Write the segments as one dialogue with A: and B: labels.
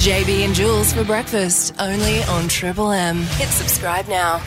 A: JB and Jules for breakfast, only on Triple M. Hit subscribe now.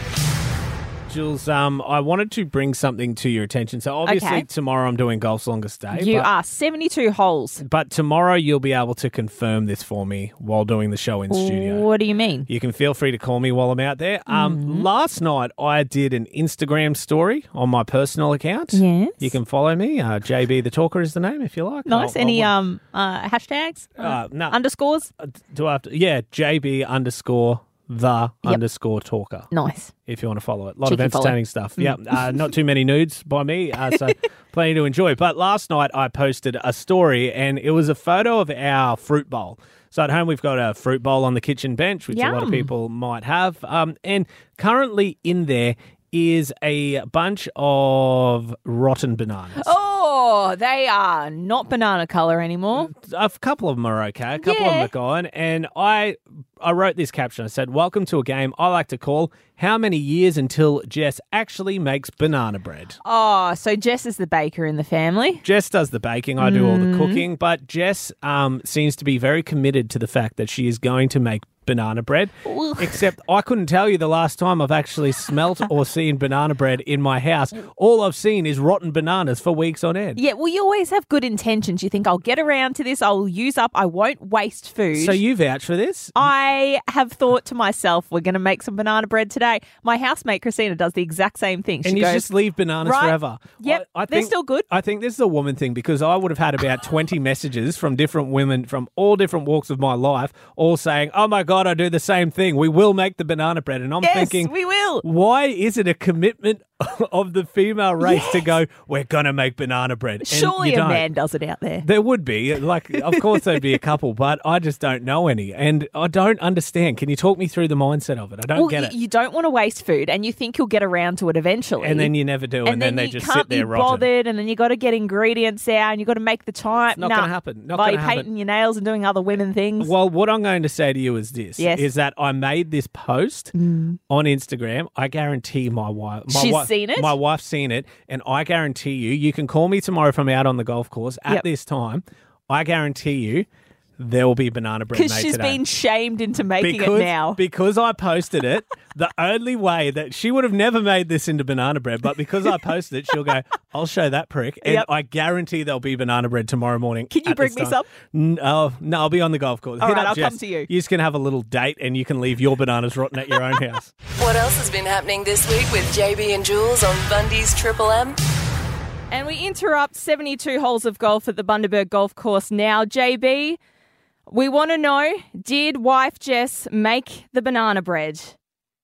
B: Jules, um, I wanted to bring something to your attention. So obviously
C: Okay.
B: tomorrow I'm doing golf's longest day.
C: You
B: but,
C: are 72 holes.
B: but tomorrow you'll be able to confirm this for me while doing the show in studio.
C: What do you mean?
B: You can feel free to call me while I'm out there. Um,
C: Mm-hmm.
B: Last night I did an Instagram story on my personal account.
C: Yes.
B: You can follow me. Uh, JB the Talker is the name if you like.
C: Nice.
B: I'll-
C: Any
B: I'll-
C: um uh, hashtags?
B: Oh, Uh, no.
C: Underscores?
B: do I have to? Yeah, JB underscore the
C: Yep.
B: underscore Talker.
C: Nice.
B: if you want to follow it. A lot
C: Cheeky
B: of
C: follow. Hmm.
B: entertaining stuff. Yeah, uh, not too many nudes by me, uh, so plenty to enjoy. But last night I posted a story, and it was a photo of our fruit bowl. So at home we've got a fruit bowl on the kitchen bench, which a lot of
C: Yum.
B: people might have. Um, and currently in there is a bunch of rotten bananas.
C: Oh, they are not banana color anymore.
B: a couple of them are okay. A couple of them
C: Yeah.
B: are gone. And I, I wrote this caption. I said, "Welcome to a game I like to call How Many Years Until Jess Actually Makes Banana Bread."
C: Oh, so Jess is the baker in the family.
B: Jess does the baking. I do all
C: Mm.
B: the cooking. But Jess um, seems to be very committed to the fact that she is going to make banana bread.
C: Ugh.
B: Except I couldn't tell you the last time I've actually smelt or seen banana bread in my house. All I've seen is rotten bananas for weeks on end.
C: Yeah, well, you always have good intentions. You think, I'll get around to this, I'll use up, I won't waste food.
B: So you vouch for this?
C: I have thought to myself, we're going to make some banana bread today. My housemate, Christina, does the exact same thing.
B: and
C: she
B: you
C: goes,
B: just leave bananas
C: Right.
B: forever.
C: Yep, they're still good.
B: I think this is a woman thing because I would have had about 20 messages from different women from all different walks of my life, all saying, Oh my God, I do the same thing. We will make the banana bread. And I'm
C: Yes,
B: thinking,
C: we will.
B: Why is it a commitment of the female race to go, We're going to make banana bread? And
C: Surely
B: you
C: a
B: don't.
C: man does it out there.
B: There would be, like, of course, there'd be a couple, but I just don't know any. And I don't understand. Can you talk me through the mindset of it? I don't
C: well,
B: get
C: y-
B: it.
C: you don't want to waste food and you think you'll get around to it eventually.
B: and then you never do, and, then, they
C: you
B: just
C: can't
B: sit there
C: be
B: rotten.
C: bothered, and then you got to get ingredients out, and you got to make the time.
B: It's not
C: Nah.
B: gonna happen. Not
C: While
B: gonna
C: you're
B: happen.
C: painting your nails and doing other women things.
B: Well, what I'm going to say to you is this:
C: Yes. Hmm.
B: is that I made this post on Instagram. I guarantee my wife, my
C: She's
B: wife,
C: seen it?
B: My wife's seen it, and I guarantee you, you can call me tomorrow if I'm out on the golf course at
C: Yep.
B: this time. I guarantee you, there will be banana bread made
C: because she's
B: today.
C: been shamed into making
B: because,
C: it now.
B: because I posted it, the only way that she would have never made this into banana bread, but because I posted it, she'll go, I'll show that prick. And
C: Yep.
B: I guarantee there'll be banana bread tomorrow morning.
C: Can you
B: at this
C: bring me
B: time.
C: some?
B: N- oh, no, I'll be on the golf course.
C: All
B: Hit
C: right,
B: up
C: I'll come
B: Jess.
C: to you.
B: You just can have a little date and you can leave your bananas rotten at your own house.
A: What else has been happening this week with JB and Jules on Bundy's Triple M?
C: and we interrupt 72 holes of golf at the Bundaberg Golf Course now. JB, we want to know did wife Jess make the banana bread?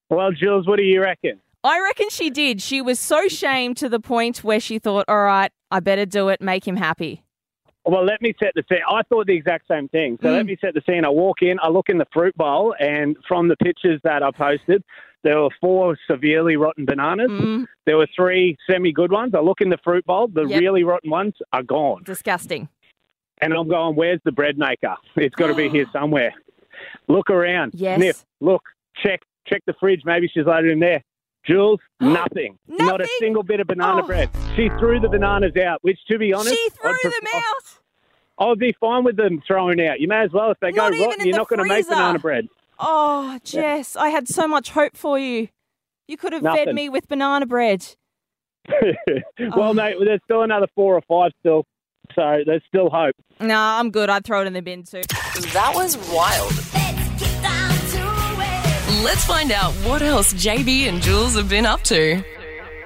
D: Well, Jules, what do you reckon?
C: I reckon she did. She was so shamed to the point where she thought, all right, I better do it, make him happy.
D: Well, let me set the scene. I thought the exact same thing. So
C: Hmm.
D: let me set the scene. I walk in, I look in the fruit bowl, and from the pictures that I posted, there were four severely rotten bananas.
C: Mm,
D: There were three semi good ones. I look in the fruit bowl, the
C: Yep.
D: really rotten ones are gone.
C: disgusting.
D: And I'm going, where's the bread maker? It's got to be here somewhere. Look around.
C: Yes.
D: Sniff. Look. Check. Check the fridge. Maybe she's loaded in there. Jules, nothing. Not a
C: Nothing?
D: single bit of banana
C: Oh.
D: bread. She threw the bananas out, which, to be honest,
C: she threw
D: I'd pref-
C: them out.
D: I'll Oh, be fine with them thrown out. You may as well. If they
C: Not
D: go
C: even
D: rotten,
C: in
D: you're
C: the
D: not going to make
C: freezer.
D: banana bread.
C: Oh, Jess, I had so much hope for you. You could have fed
D: Nothing.
C: me with banana bread.
D: well,
C: Oh.
D: mate, there's still another four or five still. So there's still hope.
C: Nah, I'm good. I'd throw it in the bin too.
A: That was wild. Let's find out what else JB and Jules have been up to.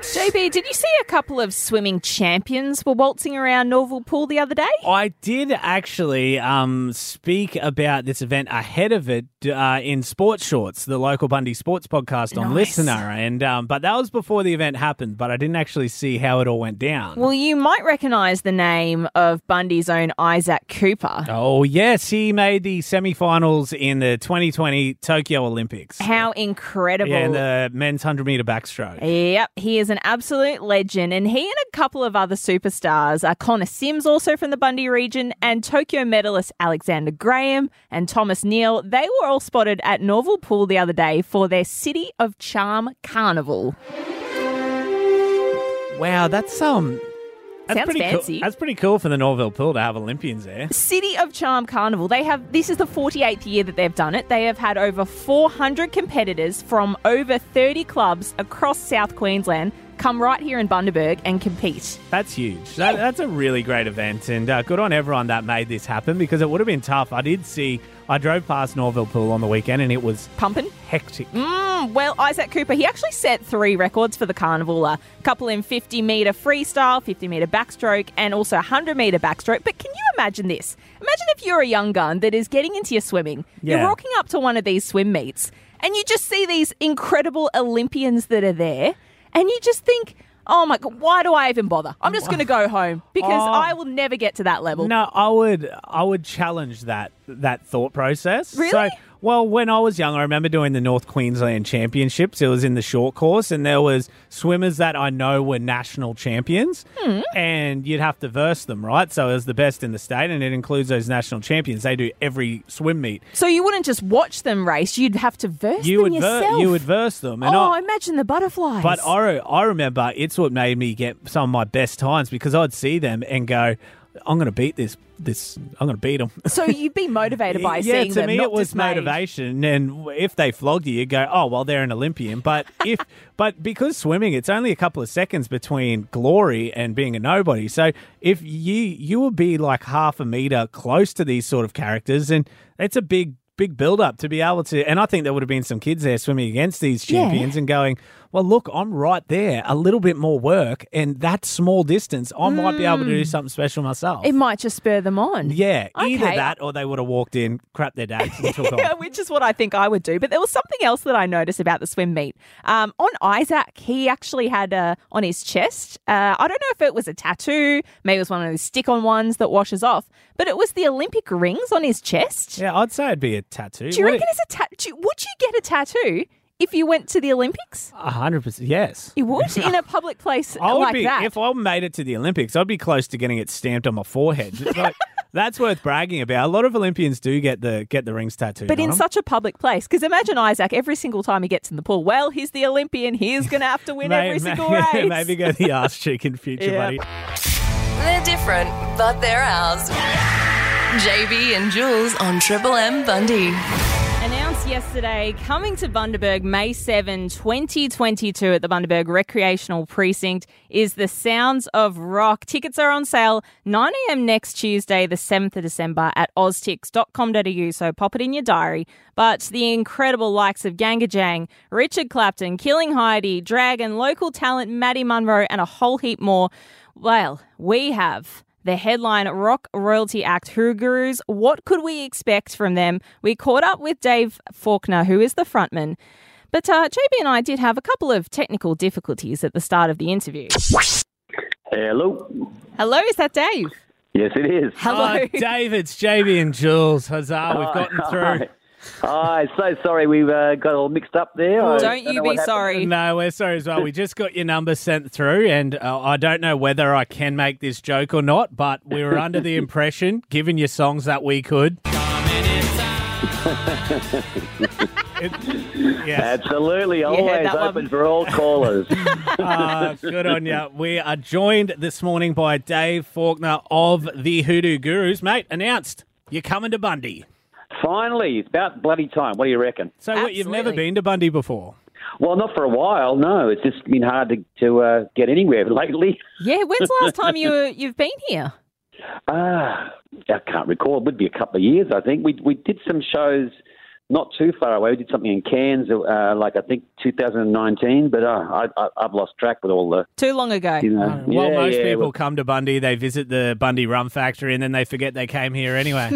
C: JB, did you see a couple of swimming champions were waltzing around Norval Pool the other day?
B: I did actually um, speak about this event ahead of it uh, in Sports Shorts, the local Bundy sports podcast on
C: Nice.
B: Listener, and um, but that was before the event happened. But I didn't actually see how it all went down.
C: Well, you might recognise the name of Bundy's own Isaac Cooper.
B: Oh yes, he made the semi-finals in the 2020 Tokyo Olympics.
C: How incredible.
B: yeah, in
D: uh,
B: the men's 100 meter backstroke.
C: Yep, he is an absolute legend. And he and a couple of other superstars are Connor Sims, also from the Bundy region, and Tokyo medalist Alexander Graham and Thomas Neal. They were all spotted at Norval Pool the other day for their City of Charm Carnival.
B: Wow, that's um, That's
C: Sounds
B: pretty
C: fancy.
B: Cool. That's pretty cool for the Norville Pool to have Olympians there.
C: City of Charm Carnival. They have this is the 48th year that they've done it. They have had over 400 competitors from over 30 clubs across South Queensland come right here in Bundaberg and compete.
B: That's huge. That, that's a really great event, and uh, good on everyone that made this happen because it would have been tough. I did see. I drove past Norville Pool on the weekend, and it was
C: Pumping.
B: hectic.
C: Well, Isaac Cooper, he actually set three records for the carnival. A couple in 50 metre freestyle, 50 metre backstroke, and also 100 metre backstroke. But can you imagine this? Imagine if you're a young gun that is getting into your swimming.
B: Yeah.
C: You're walking up to one of these swim meets, and you just see these incredible Olympians that are there, and you just think, oh my God, why do I even bother? I'm just going to go home because
B: Oh.
C: I will never get to that level.
B: No, I would I would challenge that that thought process.
C: Really?
B: So, well, when I was young, I remember doing the North Queensland Championships. It was in the short course, and there was swimmers that I know were national champions,
C: Hmm.
B: and you'd have to verse them, right? So it was the best in the state, and it includes those national champions. They do every swim meet.
C: So you wouldn't just watch them race, you'd have to verse
B: You
C: them
B: would
C: yourself.
B: ver- you would verse them, and
C: oh,
B: I,
C: imagine the butterflies.
B: but I, re- I remember it's what made me get some of my best times because I'd see them and go, "I'm going to beat this. This I'm going to beat them."
C: So you'd be motivated by
B: yeah,
C: seeing
B: to
C: them.
B: me
C: not
B: it was
C: dismayed.
B: motivation, and if they flogged you, you go, oh well, they're an Olympian. But if, but because swimming, it's only a couple of seconds between glory and being a nobody. So if you you would be like half a meter close to these sort of characters, and it's a big big build up to be able to. And I think there would have been some kids there swimming against these
C: Yeah.
B: champions and going, well, look, I'm right there. A little bit more work, and that small distance, I might be able to do something special myself.
C: Mm. It might just spur them on.
B: Yeah, either
C: Okay.
B: that or they would have walked in, crapped their dads, and took
C: Yeah,
B: off.
C: which is what I think I would do. But there was something else that I noticed about the swim meet. Um, on Isaac, he actually had uh, on his chest, uh, I don't know if it was a tattoo, maybe it was one of those stick on ones that washes off, but it was the Olympic rings on his chest.
B: Yeah, I'd say it'd be a tattoo.
C: Do you
B: Would it-
C: reckon it's a tattoo? Would you get a tattoo if you went to the Olympics?
B: A hundred percent. Yes.
C: You would in a public place
B: I would
C: like
B: be
C: that.
B: if I made it to the Olympics. I'd be close to getting it stamped on my forehead. It's like, that's worth bragging about. A lot of Olympians do get the get the rings tattooed.
C: But
B: on
C: in
B: 'em.
C: such a public place, because imagine Isaac every single time he gets in the pool. Well, he's the Olympian. He's going to have to win
B: May-
C: every
B: may-
C: single race.
B: maybe go the ass cheek in future,
C: Yeah.
B: buddy.
A: They're different, but they're ours. JB and Jules on Triple M Bundy.
C: Announced yesterday, coming to Bundaberg May 7, 2022, at the Bundaberg Recreational Precinct is the Sounds of Rock. Tickets are on sale 9 a.m. next Tuesday, the 7th of December, at oztix.com.au, so pop it in your diary. But the incredible likes of Ganga Jang, Richard Clapton, Killing Heidi, Dragon, local talent Maddie Munro, and a whole heap more. Well, we have the headline rock royalty act Who Gurus. What could we expect from them? We caught up with Dave Faulkner, who is the frontman. But uh, JB and I did have a couple of technical difficulties at the start of the interview.
E: Hello.
C: Hello, is that Dave? Uh,
E: Yes, it is.
C: Hello. Oh.
B: Oh, Dave, it's JB and Jules. Huzzah! We've gotten through.
E: Hi. so sorry we've uh, got all mixed up there. I
C: Don't
E: know
C: you
E: what
C: be
E: happened.
C: sorry.
B: No, we're sorry as well. We just got your number sent through, and uh, I don't know whether I can make this joke or not, but we were under the impression, given your songs, that we could. It- yes.
E: Absolutely.
C: heard
E: Always
C: that
E: open
C: one.
E: for all callers.
B: Ah, good on you. We are joined this morning by Dave Faulkner of the Hoodoo Gurus. Mate, announced you're coming to Bundy.
E: Finally, it's about bloody time. What do you reckon?
B: So, what, you've never
C: Absolutely.
B: been to Bundy before?
E: Well, not for a while. No, it's just been hard to, to uh, get anywhere lately.
C: Yeah, when's the last time you were, you've been here?
E: Ah, I can't recall. It would be a couple of years, I think. We we did some shows not too far away. We did something in Cairns, uh, like I think 2019. But uh, I, I, I've lost track with all the,
C: Too long ago.
E: you know.
B: well,
E: Yeah,
B: most
E: yeah,
B: people
E: well-
B: come to Bundy, they visit the Bundy Rum Factory, and then they forget they came here anyway.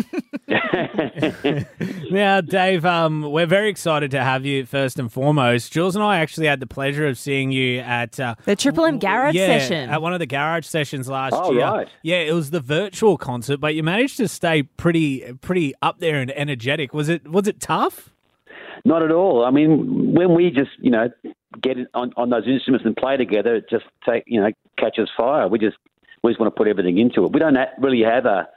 B: now, Dave, um, we're very excited to have you first and foremost. Jules and I actually had the pleasure of seeing you at uh,
C: The Triple M Garage
B: yeah,
C: session.
B: at one of the garage sessions last
E: Oh,
B: year.
E: right.
B: Yeah, it was the virtual concert, but you managed to stay pretty pretty up there and energetic. Was it was it tough?
E: Not at all. I mean, when we just you know get it on, on those instruments and play together, it just take you know catches fire. We just we just want to put everything into it. We don't ha- really have a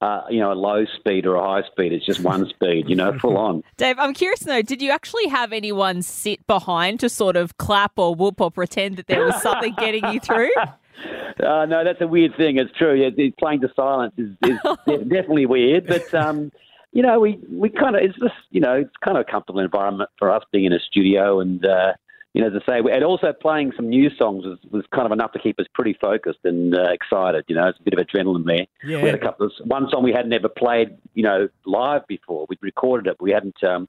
E: uh, you know a low speed or a high speed. It's just one speed, you know, full on.
C: Dave, I'm curious to know, did you actually have anyone sit behind to sort of clap or whoop or pretend that there was something getting you through?
E: Uh, no, that's a weird thing. It's true. Yeah, the- playing to silence is, is de- definitely weird. But um, you know, we we kind of it's just you know it's kind of a comfortable environment for us being in a studio and. Uh, you know, as I say, and also playing some new songs was, was kind of enough to keep us pretty focused and uh, excited. You know, it's a bit of adrenaline there. We had a
B: Yeah.
E: couple of one song we hadn't ever played, you know, live before. We'd recorded it, but we hadn't um,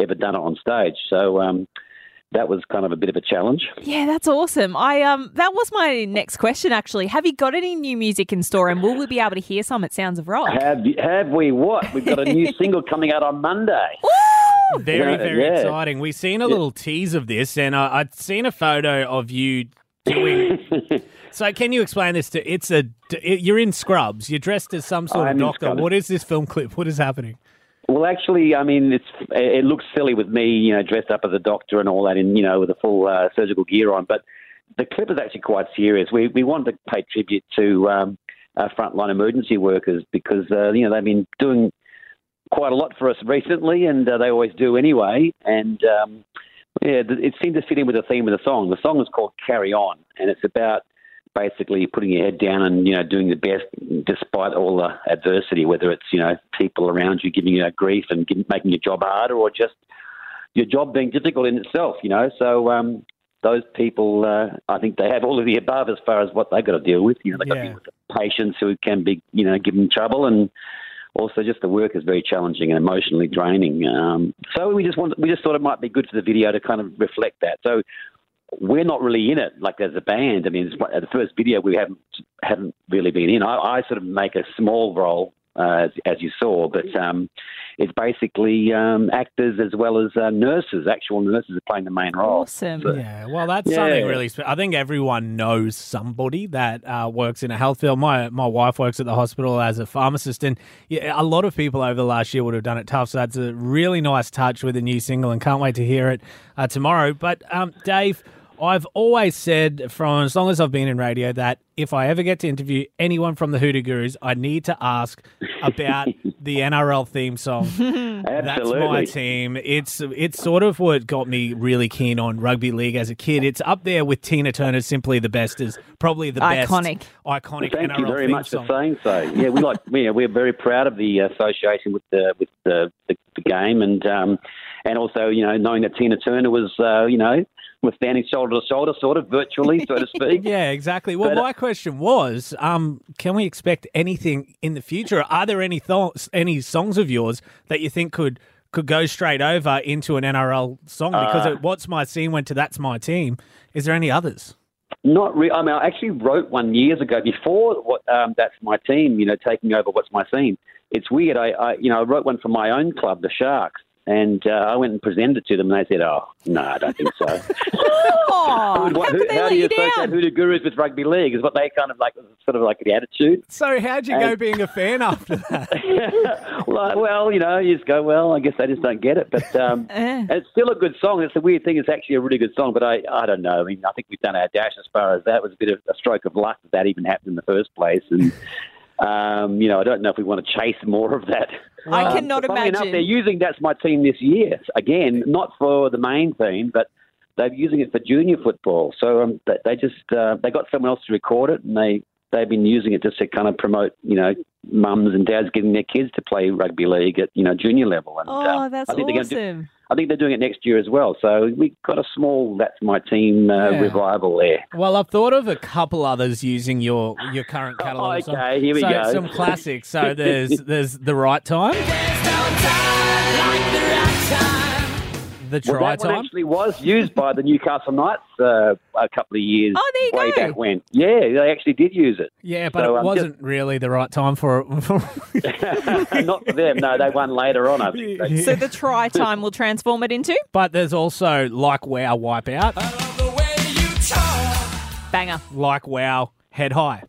E: ever done it on stage. So um, that was kind of a bit of a challenge.
C: Yeah, that's awesome. I um that was my next question actually. Have you got any new music in store and will we be able to hear some at Sounds of Rock?
E: Have have we what? We've got a new single coming out on Monday.
B: Very,
E: Yeah,
B: very
E: yeah.
B: exciting. We've seen a little tease of this, and I, I'd seen a photo of you doing. so, uh, can you explain this to? It's a. You're in scrubs. You're dressed as some sort
E: I'm
B: of
E: in
B: doctor.
E: scrubs.
B: What is this film clip? What is happening?
E: Well, actually, I mean, it's it looks silly with me, you know, dressed up as a doctor and all that, and you know, with a full uh, surgical gear on. But the clip is actually quite serious. We we wanted to pay tribute to um, our frontline emergency workers because uh, you know they've been doing quite a lot for us recently, and uh, they always do anyway. And um, yeah, th- it seemed to fit in with the theme of the song. The song is called "Carry On," and it's about basically putting your head down and you know doing the best despite all the adversity, whether it's you know people around you giving you grief and giving, making your job harder, or just your job being difficult in itself. You know, so um, those people, uh, I think they have all of the above as far as what they've got to deal with. You know, they've got to
B: Yeah.
E: deal with the patients who can be you know giving trouble and. Also, just the work is very challenging and emotionally draining. Um, so we just want, we just thought it might be good for the video to kind of reflect that. So we're not really in it like as a band. I mean, it's, the first video we haven't haven't really been in. I, I sort of make a small role uh, as, as you saw, but um, it's basically um, actors as well as uh, nurses. Actual nurses are playing the main role.
C: Awesome.
B: Yeah, well, that's
E: Yeah.
B: something really. Spe- I think everyone knows somebody that uh, works in a health field. My my wife works at the hospital as a pharmacist, and yeah, a lot of people over the last year would have done it tough. So that's a really nice touch with the new single, and can't wait to hear it uh, tomorrow. But um, Dave. I've always said from as long as I've been in radio that if I ever get to interview anyone from the Hoodoo Gurus, I need to ask about the NRL theme song.
E: Absolutely.
B: That's my team. It's it's sort of what got me really keen on rugby league as a kid. It's up there with Tina Turner's "Simply the Best" is probably the
C: Iconic.
B: best iconic
E: Thank
B: NRL
E: you very
B: theme
E: much
B: song.
E: for saying so. Yeah, we like yeah, we're very proud of the association with the with the, the, the game and um, and also you know knowing that Tina Turner was uh, you know was standing shoulder to shoulder sort of virtually so to speak.
B: Yeah, exactly. Well,
E: But, uh,
B: my question was, um, can we expect anything in the future? Are there any thoughts, any songs of yours that you think could could go straight over into an NRL song?
E: Uh.
B: Because it, "What's My Team" went to "That's My Team." Is there any others?
E: Not really. I mean, I actually wrote one years ago before what um, that's my team. You know, taking over what's my theme. It's weird. I, I you know, I wrote one for my own club, the Sharks, and uh, I went and presented it to them, and they said, "Oh, no, I don't think so."
C: Oh,
E: What-
C: how could they
E: how
C: let
E: do you
C: you
E: associate
C: down?
E: Hoodoo Gurus with rugby league? Is what they kind of like, sort of like the attitude.
B: So, how'd you go
E: Hey.
B: being a fan after that?
E: Like, well, you know, you just go, well, I guess they just don't get it. But um,
C: Eh.
E: and it's still a good song. It's the weird thing. It's actually a really good song. But I, I don't know. I mean, I think we've done our dash as far as that. It was a bit of a stroke of luck that that even happened in the first place. And um, you know, I don't know if we want to chase more of that.
C: I
E: Um,
C: cannot
E: but funnily Enough,
C: imagine.
E: they're using that's my team this year again, not for the main team, but they're using it for junior football. So um, they, they just uh, they got someone else to record it, and they they've been using it just to kind of promote, you know, mums and dads getting their kids to play rugby league at you know junior level. And
C: Oh,
E: um,
C: that's
E: I think they're gonna do-
C: awesome.
E: I think they're doing it next year as well. So we got a small that's my team uh,
B: Yeah.
E: revival there.
B: Well, I've thought of a couple others using your your current catalog.
E: Oh, Okay, here we
B: so
E: go.
B: Some classics. So there's there's the right time, the
E: Well,
B: try
E: that one
B: time.
E: actually was used by the Newcastle Knights uh, a couple of years
C: Oh, there you
E: way
C: go.
E: back when. Yeah, they actually did use it.
B: yeah, but it
E: so I'm just-
B: wasn't really the right time for it.
E: Not for them. No, they won later on. I think. They-
C: So the try time will transform it into
B: but there's also like wow wipe out,
C: banger.
B: like wow head high.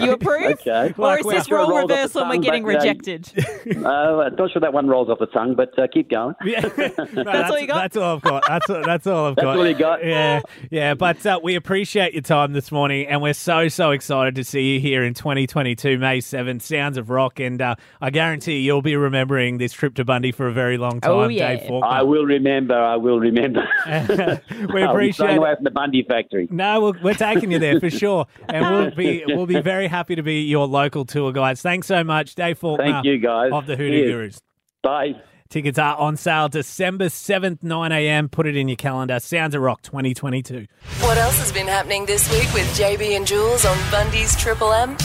C: You approve?
E: Okay.
C: Or is
E: Well,
C: this
E: sure it
C: role
E: rolls off the
C: reversal and we're
E: tongue,
C: getting
E: but, you know,
C: rejected?
E: uh, I'm not sure that one rolls off the tongue, but uh, keep going.
B: Yeah. No, that's,
C: all you got?
B: That's all I've got. That's all, that's all I've got.
E: all you got?
B: Yeah, yeah. But uh, we appreciate your time this morning, and we're so so excited to see you here in 2022, May 7th, Sounds of Rock, and uh, I guarantee you'll be remembering this trip to Bundy for a very long time,
C: Oh, yeah.
B: Dave
E: I
B: Faulkner.
E: will remember. I will remember.
B: we
E: I'll be staying
B: appreciate
E: away
B: it.
E: from the Bundy factory.
B: No, we're, we're taking you there for sure, and we'll be we'll be very happy to be your local tour guides. Thanks so much, Dave Faulkner.
E: Thank you, guys.
B: of the Hoodoo
E: Cheers.
B: Gurus.
E: Bye.
B: Tickets are on sale December 7th, 9 a.m. Put it in your calendar. Sounds of Rock 2022.
A: What else has been happening this week with JB and Jules on Bundy's Triple M?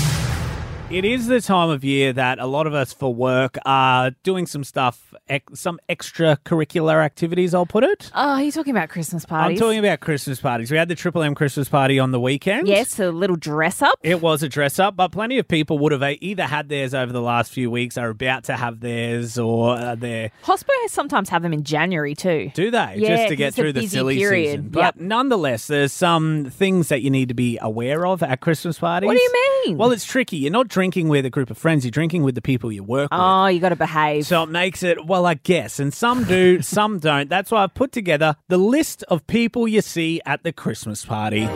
B: It is the time of year that a lot of us for work are doing some stuff, ec- some extracurricular activities, I'll put it.
C: Oh, you're talking about Christmas parties.
B: I'm talking about Christmas parties. We had the Triple M Christmas party on the weekend.
C: Yes, a little dress up.
B: It was a dress up, but plenty of people would have e-, either had theirs over the last few weeks, are about to have theirs, or uh, are there.
C: Hospo sometimes have them in January too.
B: Do they?
C: Yeah,
B: just
C: 'cause
B: to get
C: it's a
B: through the
C: busy
B: silly
C: period.
B: season. But
C: Yep.
B: nonetheless, there's some things that you need to be aware of at Christmas parties.
C: What do you mean?
B: Well, it's tricky. You're not drinking with a group of friends, you're drinking with the people you work with.
C: Oh, you got to behave.
B: So it makes it, well, I guess. And some do, some don't. That's why I've put together the list of people you see at the Christmas party.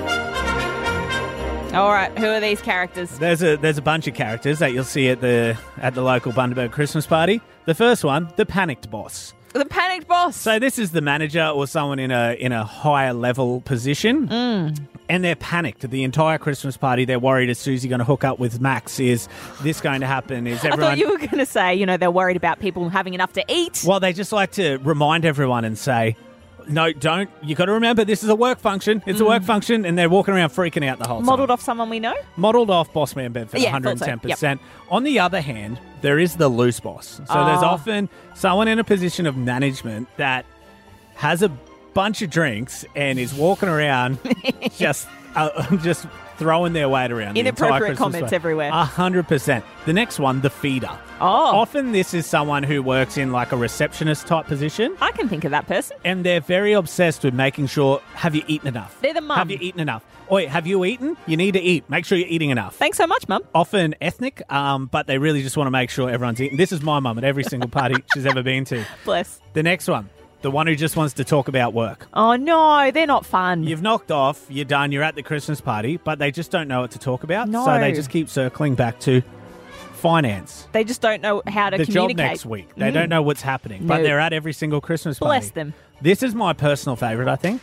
C: All right, who are these characters?
B: There's a there's a bunch of characters that you'll see at the at the local Bundaberg Christmas party. The first one, the panicked boss.
C: The panicked boss.
B: So this is the manager or someone in a in a higher level position,
C: Mm.
B: and they're panicked. The entire Christmas party, they're worried: is Susie going to hook up with Max? Is this going to happen? Is
C: I
B: everyone?
C: thought you were going to say, you know, they're worried about people having enough to eat.
B: Well, they just like to remind everyone and say. No, don't. You got to remember, this is a work function. It's a
C: Mm.
B: work function, and they're walking around freaking out the whole time.
C: Modeled off someone we know.
B: Modeled off boss man Bedford,
C: Yeah, thought so.
B: 110%. On the other hand, there is the loose boss. So there's
C: Ah.
B: often someone in a position of management that has a bunch of drinks and is walking around just uh, just throwing their weight around. the entire
C: Inappropriate
B: Christmas
C: comments
B: party.
C: everywhere.
B: A hundred percent. The next one, the feeder.
C: Oh.
B: Often this is someone who works in like a receptionist type position.
C: I can think of that person.
B: And they're very obsessed with making sure, have you eaten enough?
C: They're the mum.
B: Have you eaten enough? Oi, have you eaten? You need to eat. Make sure you're eating enough
C: Thanks so much, Mum.
B: often ethnic, um, but they really just want to make sure everyone's eating. This is my mum at every single party she's ever been to.
C: Bless.
B: The next one, the one who just wants to talk about work.
C: Oh no, they're not fun.
B: You've knocked off, you're done, you're at the Christmas party, but they just don't know what to talk about.
C: No.
B: So they just keep circling back to finance.
C: They just don't know how to
B: The job
C: communicate. Mm.
B: next week. They don't know what's happening, but
C: No.
B: they're at every single Christmas party.
C: Bless them.
B: This is my personal favourite, I think.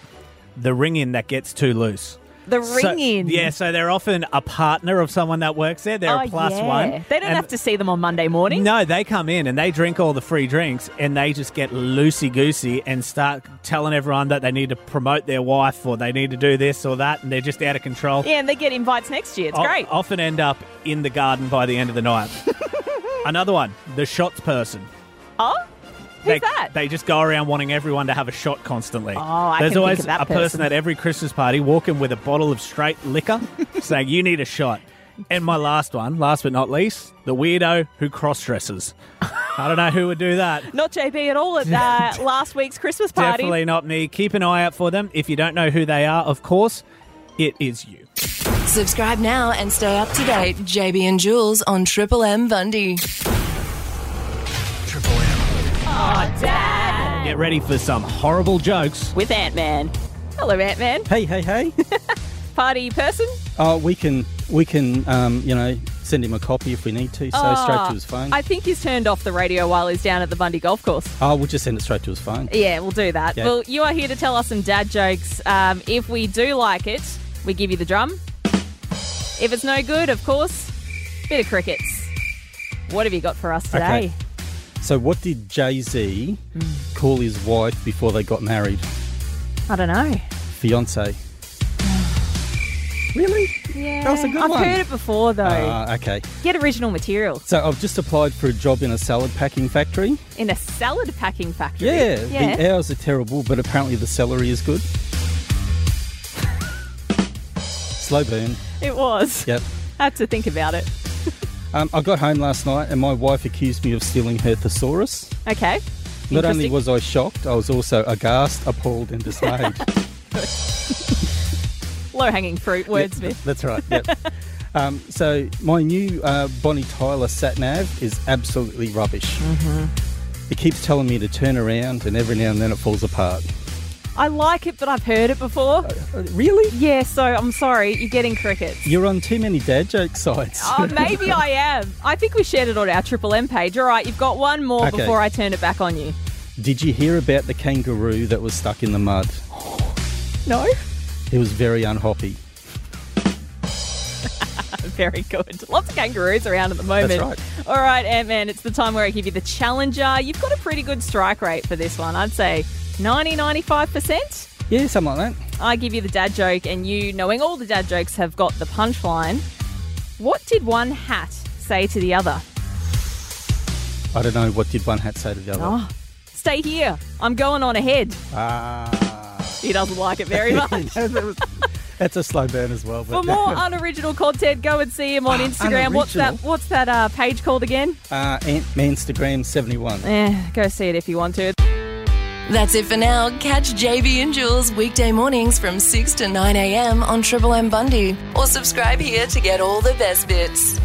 B: The ring in that gets too loose.
C: The
B: So-
C: ring in.
B: Yeah, so they're often a partner of someone that works there. They're
C: Oh,
B: a plus
C: yeah.
B: one.
C: They don't
B: And-
C: have to see them on Monday morning.
B: No, they come in and they drink all the free drinks and they just get loosey goosey and start telling everyone that they need to promote their wife or they need to do this or that and they're just out of control.
C: Yeah, and they get invites next year. It's
B: O-
C: great.
B: Often end up in the garden by the end of the night. Another one, the shots person.
C: Oh, who's
B: they,
C: that?
B: They just go around wanting everyone to have a shot constantly. Oh,
C: I
B: There's
C: can think
B: always
C: of that
B: a
C: person.
B: at every Christmas party walking with a bottle of straight liquor saying, You need a shot. And my last one, last but not least, the weirdo who cross dresses. I don't know who would do that.
C: not JB at all at uh, last week's Christmas party.
B: Definitely not me. Keep an eye out for them. If you don't know who they are, of course, it is you.
A: Subscribe now and stay up to date. JB and Jules on Triple M Bundy.
B: Triple M.
C: Dad
B: Get ready for some horrible jokes.
C: with Ant Man. Hello, Ant Man.
F: Hey, hey, hey.
C: Party person.
F: oh, we can, we can, um, you know, send him a copy if we need to. So straight
C: Oh,
F: to his phone.
C: I think he's turned off the radio while he's down at the Bundy Golf Course.
F: oh, we'll just send it straight to his phone.
C: Yeah, we'll do that.
F: Yeah.
C: Well, you are here to tell us some dad jokes. Um, if we do like it, we give you the drum. If it's no good, of course, bit of crickets. What have you got for us today?
F: Okay. So, what did Jay Z
C: Mm.
F: call his wife before they got married?
C: I don't know.
F: Fiance. really?
C: Yeah,
F: That was a good
C: I've
F: one.
C: heard it before though.
F: Ah, okay.
C: Get original material
F: So, I've just applied for a job in a salad packing factory.
C: in a salad packing factory.
F: Yeah,
C: yeah.
F: the hours are terrible, but apparently the salary is good. Slow burn.
C: it was.
F: Yep.
C: Had to think about it.
F: Um, I got home last night and my wife accused me of stealing her thesaurus.
C: Okay.
F: Not only
C: Interesting.
F: was I shocked, I was also aghast, appalled, and dismayed.
C: Low hanging fruit,
F: Yep,
C: wordsmith.
F: That's right. Yep. um, so my new uh, Bonnie Tyler sat nav is absolutely rubbish.
C: Mm-hmm.
F: It keeps telling me to turn around, and every now and then it falls apart.
C: I like it, but I've heard it before.
F: Uh, really?
C: Yeah, so I'm sorry, you're getting crickets.
F: You're on too many dad joke sites.
C: Oh, maybe I am. I think we shared it on our Triple M page. All right, you've got one more
F: Okay.
C: before I turn it back on you.
F: Did you hear about the kangaroo that was stuck in the mud?
C: No?
F: It was very unhappy.
C: Very good. Lots of kangaroos around at the moment.
F: That's right.
C: All right, Ant Man, it's the time where I give you the challenger. You've got a pretty good strike rate for this one. I'd say 90 95%.
F: Yeah, something like that.
C: I give you the dad joke, and you, knowing all the dad jokes, have got the punchline. What did one hat say to the other?
F: I don't know. What did one hat say to the other?
C: Oh, stay here. I'm going on ahead.
F: Ah.
C: He doesn't like it very much.
F: That was- That's a slow burn as well.
C: For
F: But
C: more unoriginal content, go and see him on Instagram. What's that?
F: Unoriginal.
C: What's that uh, page called again?
F: uh, Ant Manstagram 71.
C: Eh, go see it if you want to.
A: That's it for now. Catch JB and Jules weekday mornings from 6 to 9 a.m. on Triple M Bundy or subscribe here to get all the best bits.